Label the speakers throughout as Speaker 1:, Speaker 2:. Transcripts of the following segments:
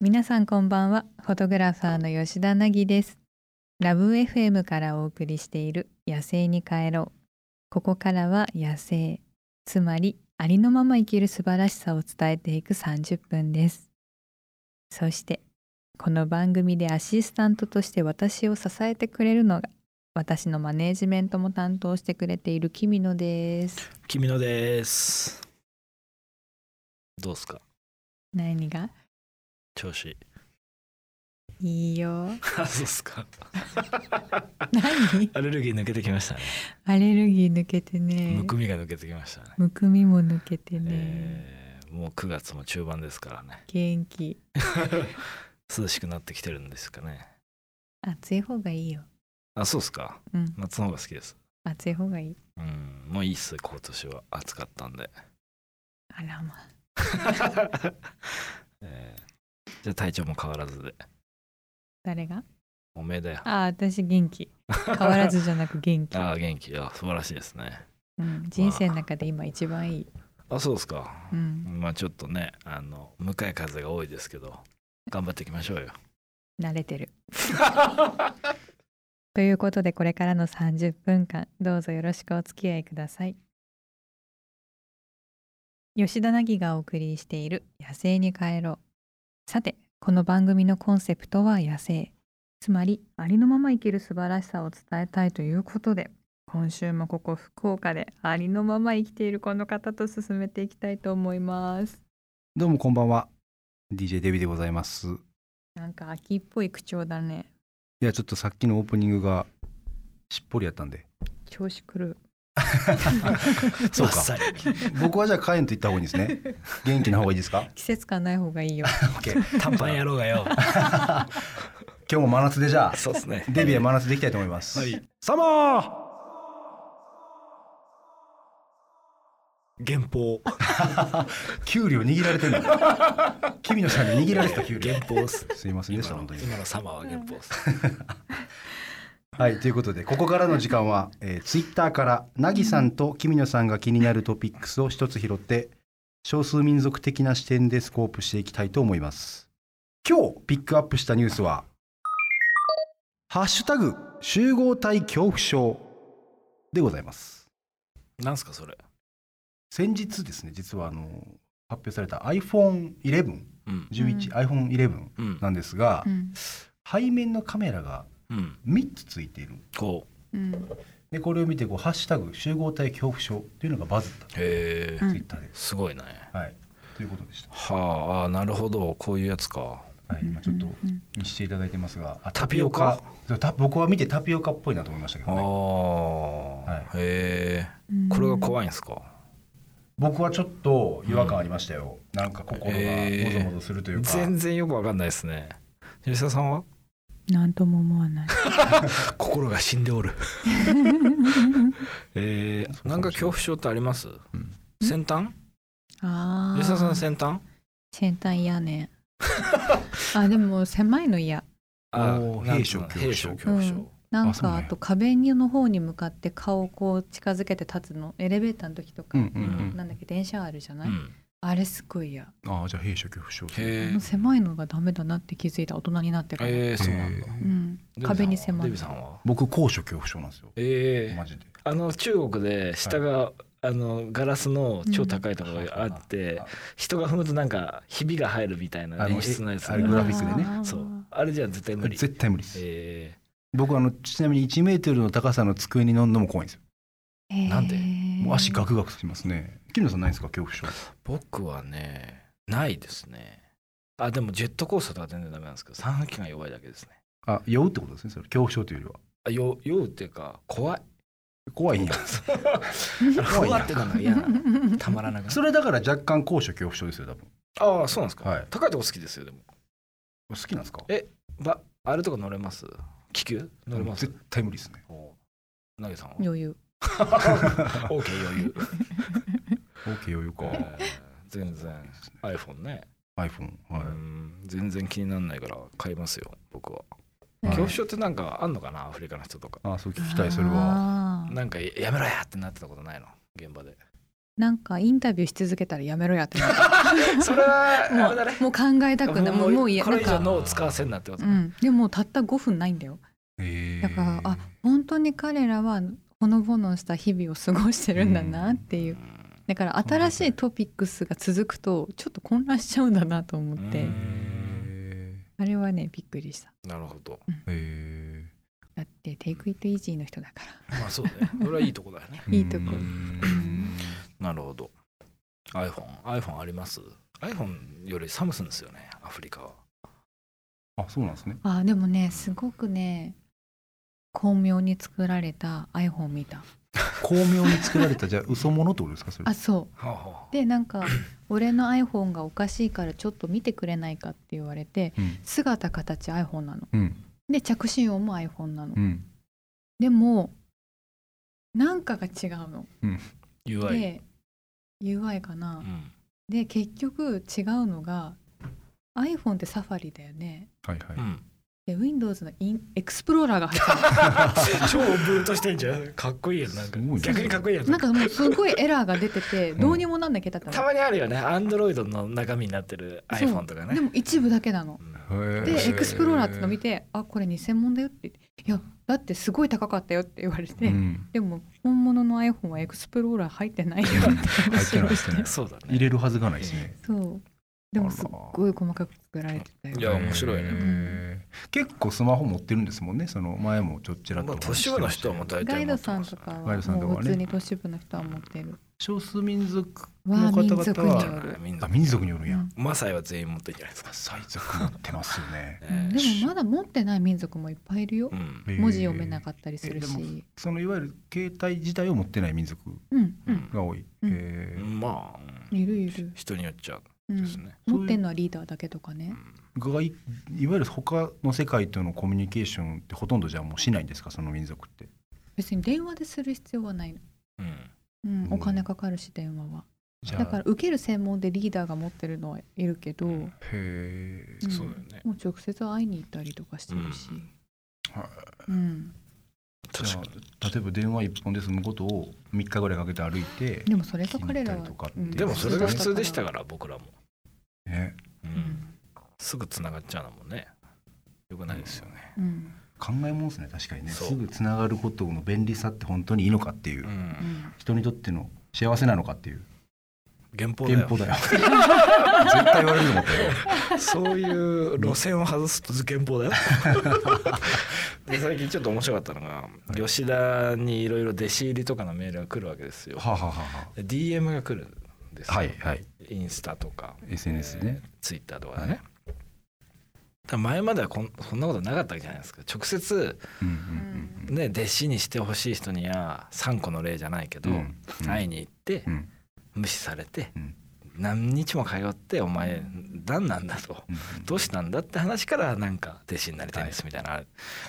Speaker 1: 皆さんこんばんはフォトグラファーの吉田凪ですラブ FM からお送りしている野生に帰ろうここからは野生つまりありのまま生きる素晴らしさを伝えていく30分ですそしてこの番組でアシスタントとして私を支えてくれるのが私のマネージメントも担当してくれている君野です
Speaker 2: 君のですどうっすか
Speaker 1: 何が
Speaker 2: 調子
Speaker 1: いいよ
Speaker 2: あ そうっすか
Speaker 1: 何
Speaker 2: アレルギー抜けてきましたね
Speaker 1: アレルギー抜けてね
Speaker 2: むくみが抜けてきましたね、
Speaker 1: むくみも抜けてね、
Speaker 2: えーもう9月も中盤ですからね
Speaker 1: 元気
Speaker 2: 涼しくなってきてるんですかね
Speaker 1: 暑い方がいいよ
Speaker 2: あそうっすか
Speaker 1: うん
Speaker 2: 夏の方が好きです
Speaker 1: 暑い方がいい
Speaker 2: うんもういいっす今年は暑かったん で、
Speaker 1: あらまあ
Speaker 2: えーじゃあ体調も変わらずで
Speaker 1: 誰が
Speaker 2: おめえだよ
Speaker 1: ああ私元 気変わらずじゃなく元気、
Speaker 2: ああ元気あ素晴らしいですね
Speaker 1: うん、人生の中で今一番いい、
Speaker 2: あそうっすか
Speaker 1: うん、
Speaker 2: まあちょっとねあの向かい風が多いですけど頑張っていきましょうよ
Speaker 1: 慣れてる ということでこれからの30分間どうぞよろしくお付き合いください吉田凪がお送りしている「野生に帰ろう」さてこの番組のコンセプトは野生つまりありのまま生きる素晴らしさを伝えたいということで今週もここ福岡でありのまま生きているこの方と進めていきたいと思います
Speaker 3: どうもこんばんは。DJ デビでございます。い
Speaker 1: なんか秋っぽい口調だね
Speaker 3: や、ちょっとさっきのオープニングがしっぽりやったんで。
Speaker 1: 調子狂う
Speaker 3: そうか
Speaker 2: あっさり
Speaker 3: 僕はじゃあカエンと言った方がいいんですね。 元気な方がいいですか
Speaker 1: 季節感ない方がいいよ
Speaker 3: ?OK。今
Speaker 2: 短パンやろうがよ
Speaker 3: 日も真夏でじゃあ、
Speaker 2: そうっすね
Speaker 3: デビは真夏でいきたいと思います。
Speaker 2: はい
Speaker 3: サマー
Speaker 2: 原稿
Speaker 3: 給料握られてるの。 君野さんに握られてた給料
Speaker 2: 原。稿っす
Speaker 3: すいませんでした、
Speaker 2: 今
Speaker 3: 本
Speaker 2: の
Speaker 3: 当に。
Speaker 2: 今のサマーは原稿っす
Speaker 3: はい、ということで、ここからの時間は、えー、ツイッターから、なぎさんと君野さんが気になるトピックスを一つ拾って、少数民族的な視点でスコープしていきたいと思います。今日ピックアップしたニュースは、ハッシュタグ集合体恐怖症でございます。
Speaker 2: なんすかそれ
Speaker 3: 先日ですね、実はあの発表された iPhone11、
Speaker 2: うん
Speaker 3: 11、iPhone11
Speaker 2: うん
Speaker 3: なんですが、
Speaker 1: うん
Speaker 3: 背面のカメラが
Speaker 2: うん
Speaker 3: 3つついている
Speaker 2: こう
Speaker 1: うん
Speaker 3: でこれを見てこう「ハッシュタグ集合体恐怖症」というのがバズった
Speaker 2: へ
Speaker 1: う
Speaker 2: え
Speaker 1: ん
Speaker 3: ツイッターで、
Speaker 2: すごいね
Speaker 3: はい、ということでした、
Speaker 2: はああーなるほどこういうやつか
Speaker 3: はい、今ちょっと
Speaker 1: うん
Speaker 3: 見していただいてますがあ
Speaker 2: タピオカ
Speaker 3: タピオカた僕は見てタピオカっぽいなと思いましたけ
Speaker 2: あ
Speaker 3: どね
Speaker 2: あへえ
Speaker 1: うん
Speaker 2: これが怖いんすか
Speaker 3: 僕はちょっと違和感ありましたよ、なんか心がもぞもぞするというか、
Speaker 2: 全然よくわかんないですね吉田さんは
Speaker 1: なんとも思わない。
Speaker 2: 心が死んでおるえー、なんか恐怖症ってあります、
Speaker 3: ん
Speaker 2: 先端
Speaker 1: あ
Speaker 2: 吉田さん先端
Speaker 1: 先端嫌ね。あでも狭いの嫌。
Speaker 2: あ
Speaker 3: おー
Speaker 2: なん
Speaker 3: 閉所恐怖
Speaker 2: 閉
Speaker 3: 症
Speaker 2: 所恐怖症、
Speaker 1: なん
Speaker 3: あそう
Speaker 1: か
Speaker 3: なん
Speaker 1: あ
Speaker 3: や
Speaker 1: と壁の方に向かって顔をこう近づけて立つのエレベーターの時とか、
Speaker 3: うんうんうん
Speaker 1: なんだっけ電車あるじゃ
Speaker 2: う
Speaker 1: ない、
Speaker 2: ん、
Speaker 1: あれすごい嫌、
Speaker 3: ああじゃあ弊社恐怖症
Speaker 1: あ
Speaker 2: へ
Speaker 1: の狭いのがダメだなって気づいた大人になってから、
Speaker 2: えー、そうなんだ
Speaker 3: へー
Speaker 1: うん、
Speaker 2: デビさんは
Speaker 1: 壁に迫
Speaker 2: デ
Speaker 1: る
Speaker 2: ビさんは
Speaker 3: 僕高所恐怖症なんですよ
Speaker 2: え
Speaker 3: マ
Speaker 2: ー、
Speaker 3: ジで
Speaker 2: あの中国で下が、あのガラスの超高いところがあって、
Speaker 3: うん
Speaker 2: 人が踏むとなんかひびが入るみたいな
Speaker 3: あの
Speaker 2: 演出のやつ
Speaker 3: えあれグラフィックでね
Speaker 1: あー
Speaker 2: そうあれじゃ絶対無理
Speaker 3: 絶対無理です、
Speaker 2: え
Speaker 3: 僕あのちなみに1メートルの高さの机に乗るのも怖いんですよ
Speaker 1: えー
Speaker 2: な んで
Speaker 3: もう足ガクガクしますね君野さんないですか恐怖症
Speaker 2: ー、僕はねないですねあでもジェットコースターとか全然ダメなんですけど三半規が弱いだけですね
Speaker 3: あ酔うってことですねそれ恐怖症というよりは
Speaker 2: あよ酔うっていうか怖い
Speaker 3: 怖いんや怖い
Speaker 2: 怖
Speaker 3: な
Speaker 2: ってなのが嫌なのたまらなくな
Speaker 3: それだから若干高所恐怖症ですよ多分
Speaker 2: ああそうなんですか、
Speaker 3: はい
Speaker 2: 高いとこ好きですよでも
Speaker 3: 好きなんですか
Speaker 2: えばあれとか乗れます気球乗れます
Speaker 3: 絶対無理ですね
Speaker 2: おなぎさんは
Speaker 1: 余裕
Speaker 2: OK 余裕
Speaker 3: OK 余裕か
Speaker 2: えー全然 iPhone ね、
Speaker 3: iPhone は
Speaker 2: う
Speaker 3: い
Speaker 2: ん全然気にならないから買いますよ僕は
Speaker 3: はい
Speaker 2: 恐怖症ってなんかあんのかなアフリカの人とか
Speaker 3: あそう聞きたいそれは
Speaker 1: あー
Speaker 2: なんかやめろやってなってたことないの現場で
Speaker 1: なんかインタビューし続けたらやめろやってなった
Speaker 2: それは
Speaker 1: も
Speaker 2: あれだね
Speaker 1: うもう考えたくないもうもういや
Speaker 2: こ
Speaker 1: な
Speaker 2: れ
Speaker 1: ん
Speaker 2: 以上
Speaker 1: か、
Speaker 2: 脳を使わせんなってこと
Speaker 1: う
Speaker 2: ね、
Speaker 1: ん、でもたった5分ないんだよ
Speaker 3: へー
Speaker 1: だからあ本当に彼らはほのぼのした日々を過ごしてるんだなっていう、
Speaker 2: ん
Speaker 1: だから新しいトピックスが続くとちょっと混乱しちゃうんだなと思って、
Speaker 2: うん
Speaker 3: へ
Speaker 1: あれはねびっくりした
Speaker 2: なるほど
Speaker 3: ーへ
Speaker 1: だってテイクイットイージーの人だから
Speaker 2: まあそうだねそれはいいとこだよね
Speaker 3: ー
Speaker 1: いいとこ
Speaker 3: うん
Speaker 2: なるほど iPhone iPhone あります iPhone よりサムスンですよねアフリカは
Speaker 3: あそうなんですね
Speaker 1: あでもねすごくね巧妙に作られた iPhone を見た
Speaker 3: 巧妙に作られたじゃあ嘘物ってことですかそれ
Speaker 1: あそう
Speaker 2: はあはあ
Speaker 1: でなんか俺の iPhone がおかしいからちょっと見てくれないかって言われて
Speaker 3: うん
Speaker 1: 姿形 iPhone なの
Speaker 3: うん
Speaker 1: で着信音も iPhone なの
Speaker 3: うん
Speaker 1: でもなんかが違うの
Speaker 2: UI
Speaker 1: で UI か
Speaker 2: う、
Speaker 1: なんで結局違うのが iPhone ってサファリだよね
Speaker 3: はいはいう
Speaker 2: ん
Speaker 1: で Windows のインエクスプローラーが入ってる
Speaker 2: 超ブーとしてんじゃんかっこいいやつなんか
Speaker 3: すごいね
Speaker 2: 逆にかっこいいやつ
Speaker 1: なんかもうすごいエラーが出ててどうにもなんなきゃだった
Speaker 2: た
Speaker 1: の、
Speaker 2: まにあるよねアンドロイドの中身になってる
Speaker 1: そう
Speaker 2: iPhone とかね
Speaker 1: でも一部だけなの
Speaker 2: うん
Speaker 3: へー
Speaker 1: でエクスプローラーっての見て「あこれ偽物だよ」って言って「いやだってすごい高かったよ」って言われて、
Speaker 3: うん
Speaker 1: でも本物の iPhone はエクスプローラー入ってないよって話をし
Speaker 3: 入ってな
Speaker 1: て
Speaker 3: い
Speaker 2: そうだね
Speaker 3: 入れるはずがないですね
Speaker 1: そうでもすっごい細かく作られてた
Speaker 2: い
Speaker 1: よ
Speaker 2: や面白いね
Speaker 3: ね結構スマホ持ってるんですもんねその前もちょっちらっと
Speaker 2: まあ
Speaker 3: お
Speaker 2: 都
Speaker 3: 話
Speaker 2: 市
Speaker 3: しして
Speaker 2: 部の
Speaker 3: まし
Speaker 2: 人
Speaker 3: たけど
Speaker 2: はもう大
Speaker 1: ガ
Speaker 2: 体
Speaker 1: イ
Speaker 2: 持
Speaker 1: ド
Speaker 2: って
Speaker 1: さん
Speaker 2: ま
Speaker 1: と
Speaker 2: す
Speaker 1: か
Speaker 2: からね
Speaker 3: ガ
Speaker 1: は
Speaker 3: イドさんとかはね
Speaker 1: もう普通に都市部の人は持ってる
Speaker 3: 少数民族
Speaker 1: は
Speaker 3: の方
Speaker 1: 民
Speaker 3: 々
Speaker 1: 族によ
Speaker 3: は
Speaker 1: る、
Speaker 2: 民
Speaker 3: あ
Speaker 2: 族
Speaker 3: 民族によるんや、
Speaker 1: うん
Speaker 2: マサイは全員持ってんじゃないですか
Speaker 3: 最族持ってますよ ね
Speaker 1: うんでもまだ持ってない民族もいっぱいいるよ
Speaker 2: うん
Speaker 1: 文字読めなか
Speaker 3: っ
Speaker 1: ったりする
Speaker 3: えー
Speaker 1: した
Speaker 3: そのいわゆる携帯自体を持ってない民族
Speaker 1: うんう
Speaker 2: うんん
Speaker 3: が多い、
Speaker 1: うん
Speaker 3: えー
Speaker 2: まあうん
Speaker 1: いるいる、
Speaker 2: 人によっちゃ
Speaker 1: う
Speaker 2: で
Speaker 1: ん
Speaker 2: す、ね
Speaker 1: 持ってんのはリーダーだけとかね
Speaker 3: がいいわゆる他の世界とのコミュニケーションってほとんどじゃあもうしないんですかその民族って
Speaker 1: 別に電話でする必要はないの、
Speaker 2: うん
Speaker 1: うん
Speaker 3: うん
Speaker 1: お金かかるし電話は
Speaker 3: じゃあ
Speaker 1: だから受ける専門でリーダーが持ってるのはいるけど、
Speaker 2: うん
Speaker 3: へえ
Speaker 1: うん
Speaker 2: そうだよね
Speaker 1: もう直接会いに行ったりとかしてるし、うん
Speaker 2: 確か
Speaker 3: 例えば電話一本で済むことを3日ぐらいかけて歩いて、
Speaker 1: でもそれが彼ら
Speaker 3: 聞いたり
Speaker 1: は
Speaker 3: とかって
Speaker 1: うん
Speaker 2: にでもそれが普通でした
Speaker 1: ら、
Speaker 2: から僕らも
Speaker 3: ね、
Speaker 2: う
Speaker 1: うんん
Speaker 2: すぐ繋がっちゃうのもねよくないですよね
Speaker 1: うん
Speaker 3: 考えもんですね確かにね
Speaker 2: そう
Speaker 3: すぐつながることの便利さって本当にいいのかっていう、
Speaker 2: うん
Speaker 3: 人にとっての幸せなのかっていう
Speaker 2: 原稿だ
Speaker 3: 憲
Speaker 2: よ
Speaker 3: 法だよ絶対言われると思ったよ
Speaker 2: そういう路線を外すと原法だよ で最近ちょっと面白かったのが
Speaker 3: い
Speaker 2: 吉田にいろいろ弟子入りとかのメールが来るわけですよ
Speaker 3: はあ、はあはあは
Speaker 2: で DM が来るんです
Speaker 3: あ、
Speaker 2: よ
Speaker 3: はいはい
Speaker 2: インスタとか
Speaker 3: SNS ね、
Speaker 2: ツイッター Twitter とかでね、だから前まではこんこんなことなかったわけじゃないですか直接
Speaker 3: うんうんうん
Speaker 2: ね弟子にしてほしい人には3個の例じゃないけど、
Speaker 3: うんうん
Speaker 2: 会いに行って
Speaker 3: うん
Speaker 2: 無視されて、
Speaker 3: うん
Speaker 2: 何日も通ってお前何なんだと
Speaker 3: うん
Speaker 2: どうしたんだって話からなんか弟子になりたいんですみたいな、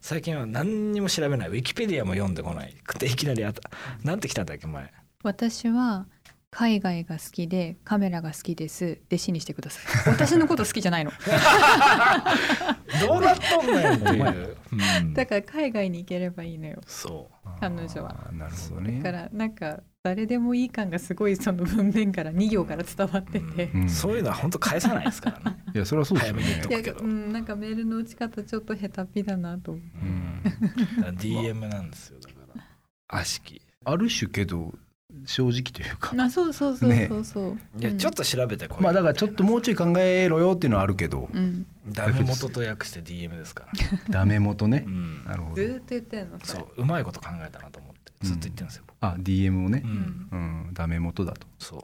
Speaker 2: 最近は何にも調べないウィキペディアも読んでこないくていきなりあたなんて来たんだっけ前
Speaker 1: 私は海外が好きでカメラが好きです弟子にしてくださ い私のこと好きじゃないの
Speaker 2: どうなっとんねんって
Speaker 3: お前
Speaker 2: いう、う ん
Speaker 1: だから海外に行ければいいのよ
Speaker 2: そう
Speaker 1: 彼女は
Speaker 3: あーなるほどね
Speaker 1: だからなんか誰でもいい感がすごいその文面から2行から伝わってて、
Speaker 2: うんそういうのは本当返さないですからね、
Speaker 3: いやそれはそうですよね
Speaker 2: 早め
Speaker 1: い
Speaker 2: に
Speaker 1: やうん、なんかメールの打ち方ちょっと下手っぴだなと思う
Speaker 3: うん
Speaker 2: だから DM なんですよだから悪しき
Speaker 3: ある種けど正直というか
Speaker 1: あそうそうそうそうそう、
Speaker 2: いや
Speaker 1: うん
Speaker 2: ちょっと調べてこい
Speaker 3: まあだからちょっともうちょい考えろよっていうのはあるけど
Speaker 1: うん、
Speaker 2: ダメ元と訳して DM ですから、
Speaker 3: ダメ元ね
Speaker 2: うん、
Speaker 3: なるほ
Speaker 1: ず
Speaker 3: ど
Speaker 1: ーっと言ってんのそ
Speaker 2: そ
Speaker 1: れ
Speaker 2: ううまいこと考えたなと思ってずっと言ってるんですよ、僕
Speaker 3: あ DM をね
Speaker 2: う
Speaker 1: うんん
Speaker 3: うんダメ元だと
Speaker 2: そう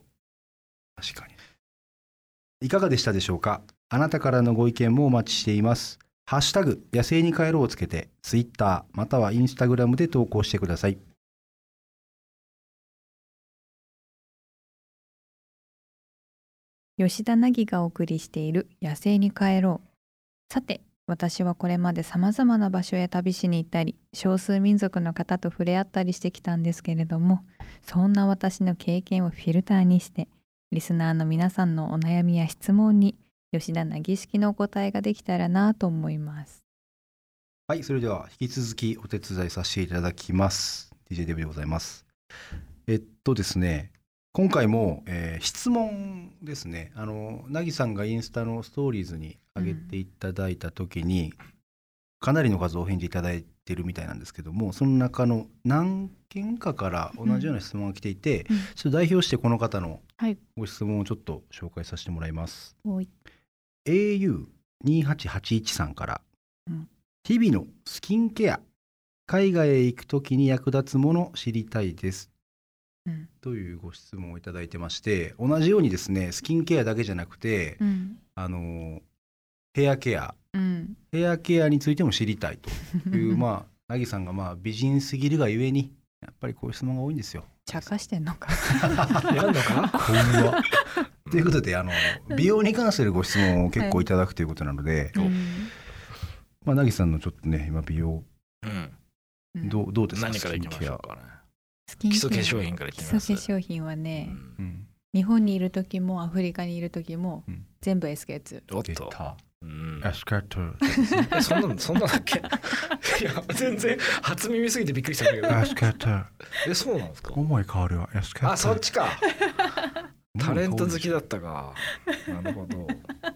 Speaker 3: 確かにいかがでしたでしょうかあなたからのご意見もお待ちしていますハッシュタグ野生に帰ろうをつけて Twitter または Instagram で投稿してください
Speaker 1: 吉田凪がお送りしている「野生に帰ろう」さて私はこれまで様々な場所へ旅しに行ったり少数民族の方と触れ合ったりしてきたんですけれどもそんな私の経験をフィルターにしてリスナーの皆さんのお悩みや質問に吉田凪式のお答えができたらなと思います。
Speaker 3: はい、それでは引き続きお手伝いさせていただきます。DJ デブでございます。えっとですね、今回も、えー質問ですねあのなぎさんがインスタのストーリーズに上げていただいた時に、かなりの数お返事いただいてるみたいなんですけどもその中の何件かから同じような質問が来ていて、
Speaker 4: うん
Speaker 3: それ代表してこの方の
Speaker 4: はい
Speaker 3: ご質問をちょっと紹介させてもらいます。
Speaker 4: 多い
Speaker 3: au2881 さんから、
Speaker 1: うん
Speaker 3: 日々のスキンケア海外へ行くときに役立つもの知りたいです、
Speaker 1: うん
Speaker 3: というご質問をいただいてまして同じようにですねスキンケアだけじゃなくて、
Speaker 1: うん
Speaker 3: あのヘアケア
Speaker 1: うん
Speaker 3: ヘアケアについても知りたいという
Speaker 1: あ
Speaker 3: まあなぎさんがまあ美人すぎるがゆえにやっぱりこういう質問が多いんですよ。
Speaker 1: 茶化してんのか
Speaker 2: やんの かな
Speaker 3: ほんまということであの美容に関するご質問を結構いただくということなので、
Speaker 1: うん
Speaker 3: まあ、なぎさんのちょっとね、今美容、
Speaker 2: うん
Speaker 1: うん
Speaker 3: どう、どうですか。
Speaker 2: 何からいきましょ
Speaker 3: ス
Speaker 2: うかね
Speaker 1: スキン
Speaker 2: 基
Speaker 1: ケア
Speaker 2: 礎化粧品からい
Speaker 1: 基
Speaker 2: き
Speaker 1: 礎
Speaker 2: ま
Speaker 1: 化
Speaker 2: す
Speaker 1: 粧品は
Speaker 2: う
Speaker 1: ね、
Speaker 2: ん
Speaker 3: キンケア。うん、
Speaker 1: 日本にいる時もアフリカにいる時も、
Speaker 3: うん
Speaker 1: 全部 SK2
Speaker 2: おっ
Speaker 3: 出
Speaker 2: と
Speaker 3: た。
Speaker 2: うん
Speaker 3: アシカト。
Speaker 2: えそんなのそんなだっけいや全然初耳すぎてびっくりしたんだけ
Speaker 3: アシカト。
Speaker 2: どえそうなんですか
Speaker 3: 重い香りはアシカト。
Speaker 2: あそっちかタレント好きだ
Speaker 3: っ
Speaker 2: ったかなるほど
Speaker 3: た。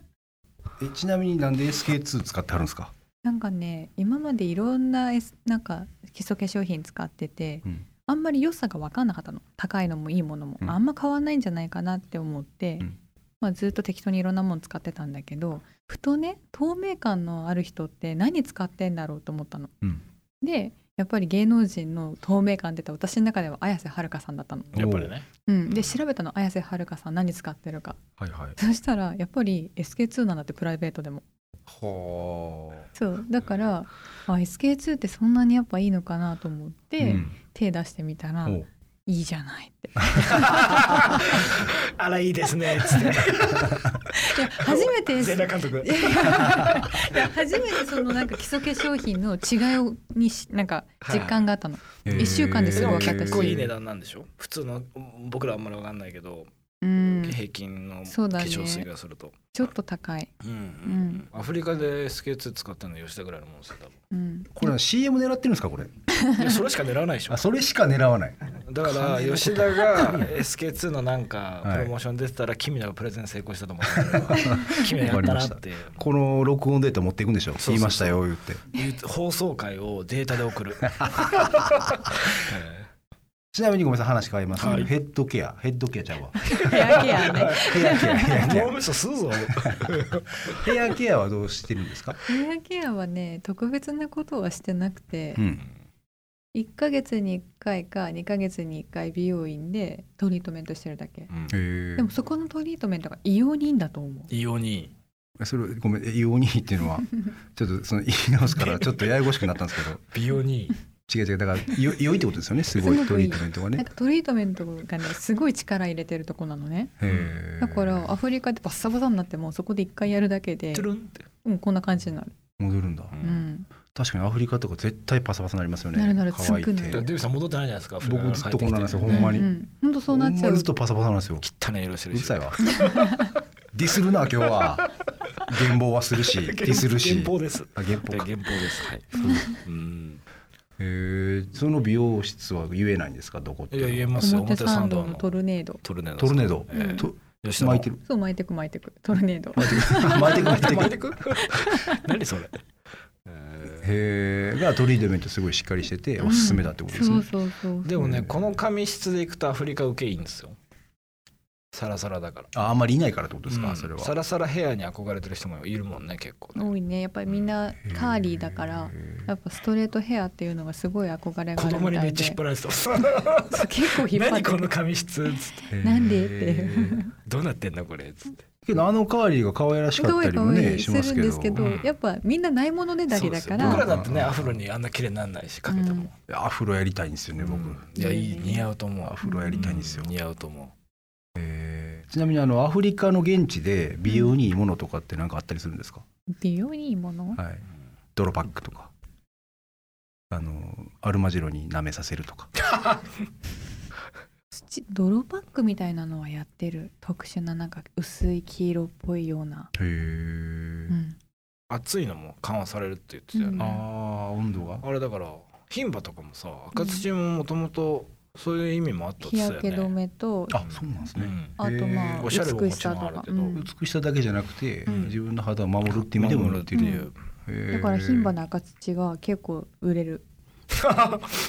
Speaker 3: えちなみになんで SK2 使ってあるんですか。
Speaker 1: なんかね今までいろんな、S、なんか基礎化粧品使ってて、
Speaker 3: うん
Speaker 1: あんまり良さが分かんなかったの高いのもいいものも、
Speaker 3: うん
Speaker 1: あんま変わんないんじゃないかなって思って、
Speaker 3: うん
Speaker 1: まあ、ずっと適当にいろんなもの使ってたんだけどふとね透明感のある人って何使ってんだろうと思ったの。
Speaker 3: うん
Speaker 1: でやっぱり芸能人の透明感って言ったら私の中では綾瀬はるかさんだったの。
Speaker 2: やっぱりね
Speaker 1: うん、で調べたの綾瀬はるかさん何使ってるか
Speaker 3: はいはい。
Speaker 1: そしたらやっぱり SK2 なんだってプライベートでも
Speaker 3: ほー
Speaker 1: そうだから、あ SK2 ってそんなにやっぱいいのかなと思って、
Speaker 3: うん
Speaker 1: 手出してみたらい
Speaker 3: ほう
Speaker 1: いじゃないって
Speaker 2: あらいいです ねつって
Speaker 1: いや初め て
Speaker 2: 全裸監督
Speaker 1: いやいやいや初めてそのなんか基礎化粧品の違いをにしなんか実感があったの、
Speaker 3: え
Speaker 1: 一週間です
Speaker 2: で
Speaker 1: ぐ
Speaker 2: も
Speaker 1: 分かったし
Speaker 2: 結構いい値段なんでしょ普通の僕らあんまりわかんないけど
Speaker 1: うん
Speaker 2: 平均の化
Speaker 1: そうだね
Speaker 2: 粧水がすると
Speaker 1: ちょっと高い、
Speaker 2: うんうんアフリカで SK2 使ってるの吉田ぐらいのもんですよ多分
Speaker 1: うん、
Speaker 3: これは CM 狙ってるんですかこれ。
Speaker 2: いやそれしか狙わないでしょ
Speaker 3: あそれしか狙わない。
Speaker 2: だから吉田が SK2 のなんかプロモーション出てたら君らがプレゼン成功したと思う君らやったなって
Speaker 3: この録音データ持っていくんでしょ。
Speaker 2: そうそうそう
Speaker 3: 言いましたよ言って。
Speaker 2: 放送回をデータで送る
Speaker 3: ちなみにごめんなさい話変わりますけど。
Speaker 2: はい
Speaker 3: ヘッドケアヘッドケアちゃうわ。
Speaker 1: ヘアケアね
Speaker 3: ヘアケアヘア ケ
Speaker 2: もう
Speaker 3: ア
Speaker 2: 無視するぞ
Speaker 3: ヘアケアはどうしてるんですか。
Speaker 1: ヘアケアはね特別なことはしてなくて、
Speaker 3: うん。
Speaker 1: 1ヶ月に1回か2ヶ月に1回美容院でトリートメントしてるだけ、
Speaker 3: え
Speaker 1: でもそこのトリートメントが異様にいいんだと思う
Speaker 2: 異様に
Speaker 3: それごめんえイオニーってい うのはちょっとその言い直すからちょっとややこしくなったんですけど
Speaker 2: 美容に
Speaker 3: 違う違うだからよ良いってこと ですよねすご
Speaker 1: すごくい
Speaker 3: い
Speaker 1: い
Speaker 3: トリートメントが
Speaker 1: なん
Speaker 3: ね
Speaker 1: かトリートメントがねすごい力入れてるとこなのね
Speaker 3: へー
Speaker 1: だからアフリカでバッサバサになってもそこで1回やるだけで
Speaker 2: トゥ、ルンって
Speaker 1: うん、こんな感じになる、
Speaker 3: 戻るんだ
Speaker 1: うん、
Speaker 3: 確かにアフリカとか絶対パサパサになりますよね
Speaker 1: なるなる
Speaker 3: 乾い
Speaker 1: つんく
Speaker 3: て
Speaker 2: デ
Speaker 1: の
Speaker 2: ビューさん戻ってないじゃないですか
Speaker 3: 僕ずっとこんなんですよほんまに
Speaker 1: ううん、ほんとそうなっち
Speaker 3: ほ
Speaker 1: ゃ
Speaker 3: ん
Speaker 1: う
Speaker 3: まずっとパサパサなんですよ
Speaker 2: 汚い色して
Speaker 3: う
Speaker 2: る
Speaker 3: る
Speaker 2: し
Speaker 3: さいわディスるな今日は原貌はするしディスるし
Speaker 2: 原稿です
Speaker 3: あ原貌
Speaker 2: 原
Speaker 3: か
Speaker 2: 稿ですはいうん
Speaker 3: へーその美容室は言えないんですかどこって
Speaker 2: いや言えますよ
Speaker 1: 表
Speaker 2: 表
Speaker 1: 参
Speaker 2: 参道
Speaker 1: 道の
Speaker 2: の
Speaker 1: トルネード
Speaker 2: トルネード
Speaker 3: トルネード、
Speaker 2: ええ
Speaker 3: と
Speaker 2: 吉田
Speaker 3: 巻
Speaker 2: も
Speaker 3: いてる
Speaker 1: そう巻いてく巻いてくトルネード
Speaker 3: 巻いてく巻いてく
Speaker 2: 巻いて く何それ
Speaker 3: へえがトリートメントすごいしっかりしてておすすめだってことです
Speaker 1: そ
Speaker 3: ね
Speaker 1: う。そうそう
Speaker 2: でもね、
Speaker 3: うん
Speaker 2: この髪質でいくとアフリカ受けいいんですよサラサラだから
Speaker 3: ああんまりいないからってことですか、
Speaker 2: うん
Speaker 3: それは。
Speaker 2: サラサラヘアに憧れてる人もいるもんね結構ね
Speaker 1: 多いねやっぱりみんなカーリーだからやっぱストレートヘアっていうのがすごい憧れが
Speaker 2: 子
Speaker 1: ある
Speaker 2: 供
Speaker 1: み
Speaker 2: に
Speaker 1: た
Speaker 2: め
Speaker 1: い
Speaker 2: っちゃ引っ
Speaker 1: で
Speaker 2: 張られてた
Speaker 1: そう結構引っ張っ
Speaker 2: 何
Speaker 1: てく
Speaker 2: こ
Speaker 1: る
Speaker 2: の髪質っつって
Speaker 3: へー
Speaker 1: なんでって
Speaker 2: どうなってんだこれっつって
Speaker 3: けどあのカーリーが可愛らしか
Speaker 1: 可
Speaker 3: った
Speaker 1: 愛い
Speaker 3: り
Speaker 1: 可
Speaker 3: も
Speaker 1: 愛い
Speaker 3: ねし
Speaker 1: す
Speaker 3: ま
Speaker 1: る
Speaker 3: す
Speaker 1: ん
Speaker 3: けど。
Speaker 1: ですけど、
Speaker 2: うん
Speaker 1: やっぱみんなないものねだりだか
Speaker 2: そうですよ僕ら
Speaker 1: ら
Speaker 2: だってねアフロにあんな綺麗になんないしかけても、
Speaker 3: アフロやりたいんですよね、僕。
Speaker 2: いやいい似合うと思う
Speaker 3: アフロやりたいんですよ。
Speaker 2: 似合うと思
Speaker 3: へーちなみにあのアフリカの現地で美容にいいものとかって何かあったりするんですか、
Speaker 1: 美容にいいもの
Speaker 3: はい。ドロパックとか。あのアルマジロに舐めさせるとか。
Speaker 1: 土泥パックみたいなのはやってる特殊ななんか薄い黄色っぽいような、
Speaker 3: へえ、
Speaker 1: うん、
Speaker 2: う熱いのも緩和されるって言ってたよね、
Speaker 3: ああ温度が。
Speaker 2: あれだから牝馬とかもさ赤土ももともとそういう意味もあったっ
Speaker 1: 日
Speaker 2: つっ
Speaker 1: 焼
Speaker 2: た
Speaker 1: け止
Speaker 2: よね。
Speaker 1: めと
Speaker 2: あ
Speaker 3: あそうなんです
Speaker 2: う
Speaker 3: ね、
Speaker 2: ん
Speaker 1: あとまあ
Speaker 3: へー
Speaker 2: おしゃれも
Speaker 1: 美
Speaker 2: も
Speaker 1: し
Speaker 2: ち
Speaker 1: さ
Speaker 2: ろんあ
Speaker 1: と
Speaker 2: る
Speaker 1: か
Speaker 2: けど
Speaker 1: うん
Speaker 3: 美しさだけじゃなくて、
Speaker 2: うん
Speaker 3: 自分の肌を守るって意味でも
Speaker 2: 守
Speaker 3: ら
Speaker 2: る
Speaker 3: っ
Speaker 2: って
Speaker 3: て
Speaker 2: い
Speaker 3: いうる、
Speaker 2: 理由。
Speaker 1: だから牝馬の赤土が結構売れ る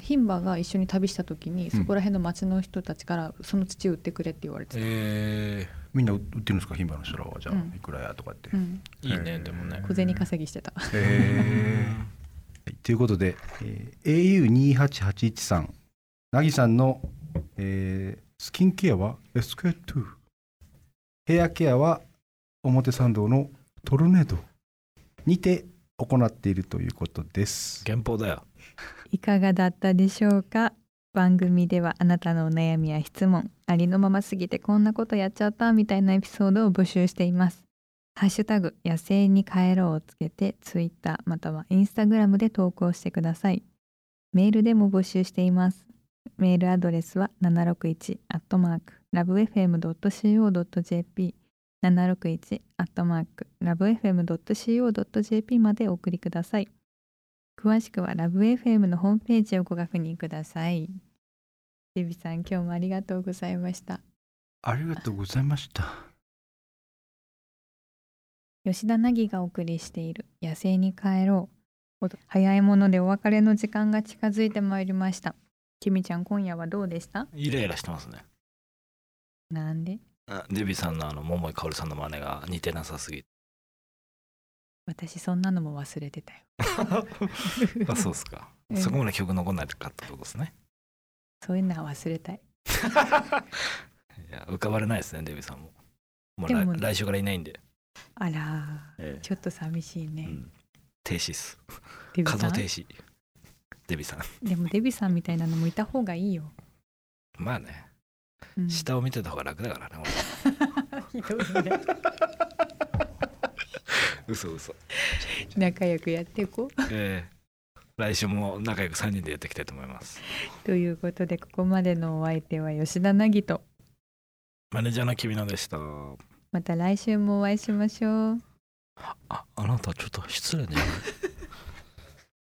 Speaker 1: 牝馬が一緒に旅した時にそこら辺の町の人たちからその土を売ってくれって言われてた、
Speaker 2: え
Speaker 3: みんな売ってるんですか牝馬の人らはじゃあ、
Speaker 1: うん
Speaker 3: いくらやとかって、
Speaker 1: う
Speaker 3: へ
Speaker 1: ん、
Speaker 2: ーいいねでもね
Speaker 3: へ。
Speaker 1: 小銭稼ぎしてた
Speaker 3: えということで、えー、AU2881 さんなぎさんの、えースキンケアは SK2 ヘアケアは表参道のトルネードにて行っているということです
Speaker 2: 原稿だよ。
Speaker 1: いかがだったでしょうか番組ではあなたのお悩みや質問ありのまますぎてこんなことやっちゃったみたいなエピソードを募集していますハッシュタグ野生に帰ろうをつけてツイッターまたはインスタグラムで投稿してくださいメールでも募集していますメールアドレスは761アットマークラブ FM.co.jp 761アットマークラブ FM.co.jp までお送りください詳しくはラブ FM のホームページをご確認くださいデビさん今日もありがとうございました
Speaker 3: ありがとうございました
Speaker 1: 吉田凪がお送りしている「野生に帰ろう」早いものでお別れの時間が近づいてまいりましたきみちゃん今夜はどうでした
Speaker 2: イライラしてますね。
Speaker 1: なんで
Speaker 2: あデビさんのあの桃井かおるさんの真似が似てなさすぎて。
Speaker 1: 私そんなのも忘れてたよ
Speaker 2: あそうですか
Speaker 1: う。ん
Speaker 2: そこまで記憶残んないかったとことですね。
Speaker 1: そういうのは忘れたい
Speaker 2: いや浮かばれないですねデビさんも。もう
Speaker 1: でも
Speaker 2: 来来週からいないんで。
Speaker 1: あらーちょっと寂しいね、
Speaker 2: うん停止っす。
Speaker 1: デビ
Speaker 2: 稼
Speaker 1: さ
Speaker 2: 働停
Speaker 1: ん
Speaker 2: 止。デビさん。
Speaker 1: でもデビさんみたいなのもいた方がいいよ、
Speaker 2: まあね
Speaker 1: うん、
Speaker 2: 下を見てた方が楽だからね。
Speaker 1: ひ
Speaker 2: 俺
Speaker 1: どいね
Speaker 2: 嘘嘘。
Speaker 1: 仲良くやっていこう
Speaker 2: ええ来週も仲良く3人でやっていきたいと思います。
Speaker 1: ということでここまでのお相手は吉田凪と
Speaker 2: マネージャーの君のでした。
Speaker 1: また来週もお会いしましょう。
Speaker 2: あ、あなたちょっと失礼ね。